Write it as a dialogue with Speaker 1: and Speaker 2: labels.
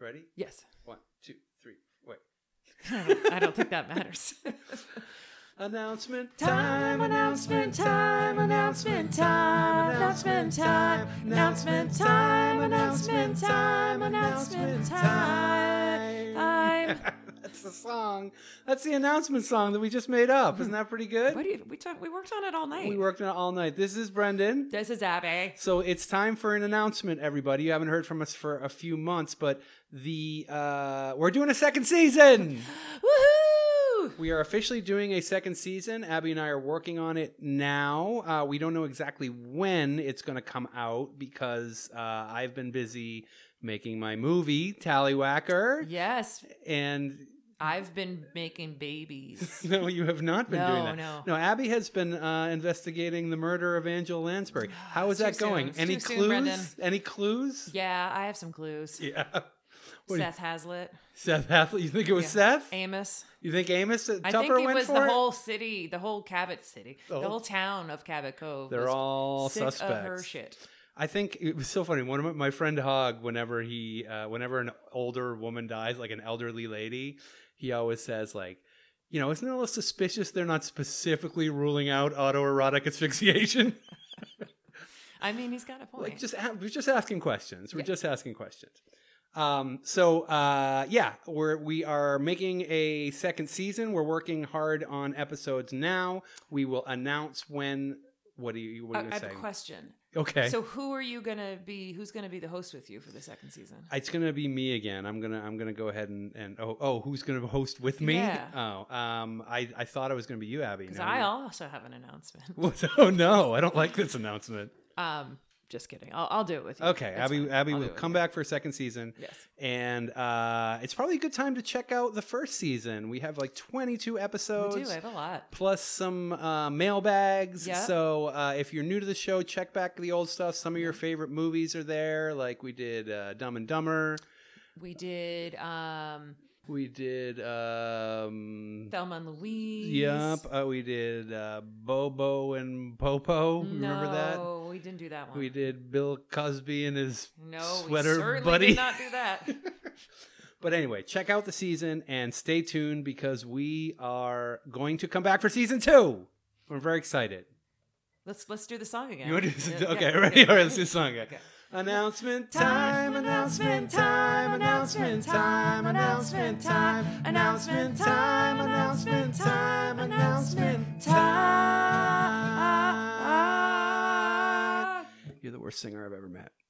Speaker 1: Ready?
Speaker 2: Yes.
Speaker 1: One, two, three. Wait.
Speaker 2: I don't, I don't think that matters.
Speaker 1: Announcement
Speaker 2: Time, announcement time, announcement time, announcement time, announcement time, announcement time, announcement time. I'm.
Speaker 1: That's the song. That's the announcement song that we just made up. Isn't that pretty good?
Speaker 2: What do you, we talk, We worked on it all night.
Speaker 1: We worked on it all night. This is Brendan.
Speaker 2: This is Abby.
Speaker 1: So it's time for an announcement, everybody. You haven't heard from us for a few months, but the uh, we're doing a second season.
Speaker 2: Woohoo!
Speaker 1: We are officially doing a second season. Abby and I are working on it now. Uh, we don't know exactly when it's going to come out because uh, I've been busy making my movie Tallywhacker,
Speaker 2: Yes,
Speaker 1: and
Speaker 2: I've been making babies.
Speaker 1: no, you have not been doing
Speaker 2: No,
Speaker 1: that.
Speaker 2: no.
Speaker 1: Abby has been uh, investigating the murder of Angela Lansbury. How is
Speaker 2: It's
Speaker 1: that
Speaker 2: Ah, too soon.
Speaker 1: going?
Speaker 2: It's
Speaker 1: Any
Speaker 2: too soon,
Speaker 1: clues?
Speaker 2: Brendan.
Speaker 1: Any clues?
Speaker 2: yeah, I have some clues.
Speaker 1: Yeah. What do you-
Speaker 2: Seth Hazlitt,
Speaker 1: Seth Athley. You think it was
Speaker 2: Yeah.
Speaker 1: Seth?
Speaker 2: Amos.
Speaker 1: You think Amos Tupper
Speaker 2: I think it
Speaker 1: went
Speaker 2: was
Speaker 1: for
Speaker 2: the
Speaker 1: it?
Speaker 2: whole city, the whole Cabot city,
Speaker 1: The
Speaker 2: the
Speaker 1: whole-
Speaker 2: whole town of Cabot Cove.
Speaker 1: They're
Speaker 2: was
Speaker 1: all
Speaker 2: sick
Speaker 1: suspects.
Speaker 2: of her shit.
Speaker 1: I think it was so funny. One of my, my friend Hogg, whenever he, uh, whenever an older woman dies, like an elderly lady, he always says like, you know, isn't it a little suspicious they're not specifically ruling out autoerotic asphyxiation?
Speaker 2: I mean, he's got a point.
Speaker 1: like just a- we're just asking questions. We're
Speaker 2: Yeah.
Speaker 1: just asking questions. Um, so uh, yeah, we're we are making a second season. We're working hard on episodes now. We will announce when. What are you? What
Speaker 2: I,
Speaker 1: are you gonna
Speaker 2: Uh, I have
Speaker 1: say?
Speaker 2: a question.
Speaker 1: Okay.
Speaker 2: So, who are you gonna be? Who's gonna be the host with you for the second season?
Speaker 1: It's gonna be me again. I'm gonna I'm gonna go ahead and, and oh oh who's gonna host with me?
Speaker 2: Yeah.
Speaker 1: Oh um I, I thought it was gonna be you, Abby.
Speaker 2: Because
Speaker 1: Now
Speaker 2: I
Speaker 1: you-
Speaker 2: also have an announcement.
Speaker 1: What? Oh no, I don't like this announcement.
Speaker 2: Um, just kidding. I'll, I'll do it with you.
Speaker 1: Okay,
Speaker 2: That's
Speaker 1: Abby
Speaker 2: fine.
Speaker 1: Abby
Speaker 2: I'll
Speaker 1: will
Speaker 2: do it with
Speaker 1: come
Speaker 2: you.
Speaker 1: back for a second season,
Speaker 2: Yes.
Speaker 1: and uh, it's probably a good time to check out the first season. We have like 22 episodes.
Speaker 2: We do. I have a lot.
Speaker 1: plus some uh, mailbags.
Speaker 2: Yeah.
Speaker 1: So uh, if you're new to the show, check back the old stuff. Some of your favorite movies are there. Like we did uh, Dumb and Dumber.
Speaker 2: We did um,
Speaker 1: We did. Um,
Speaker 2: Thelma and Louise.
Speaker 1: Yep. Uh, we did uh, Bobo and Popo. Oh, Remember that?
Speaker 2: No, we didn't do that one.
Speaker 1: We did Bill Cosby and his
Speaker 2: no
Speaker 1: sweater
Speaker 2: we certainly
Speaker 1: buddy.
Speaker 2: did not do that.
Speaker 1: But anyway, check out the season and stay tuned because we are going to come back for season two. We're very excited.
Speaker 2: let's let's do the song again.
Speaker 1: You want to do this?
Speaker 2: Yeah,
Speaker 1: Okay,
Speaker 2: yeah,
Speaker 1: ready?
Speaker 2: yeah.
Speaker 1: All right, let's do this song. again.
Speaker 2: Okay.
Speaker 1: Announcement time, announcement time, announcement time, announcement time, announcement time, announcement time, announcement
Speaker 2: Ah,
Speaker 1: time. You're the worst singer I've ever met.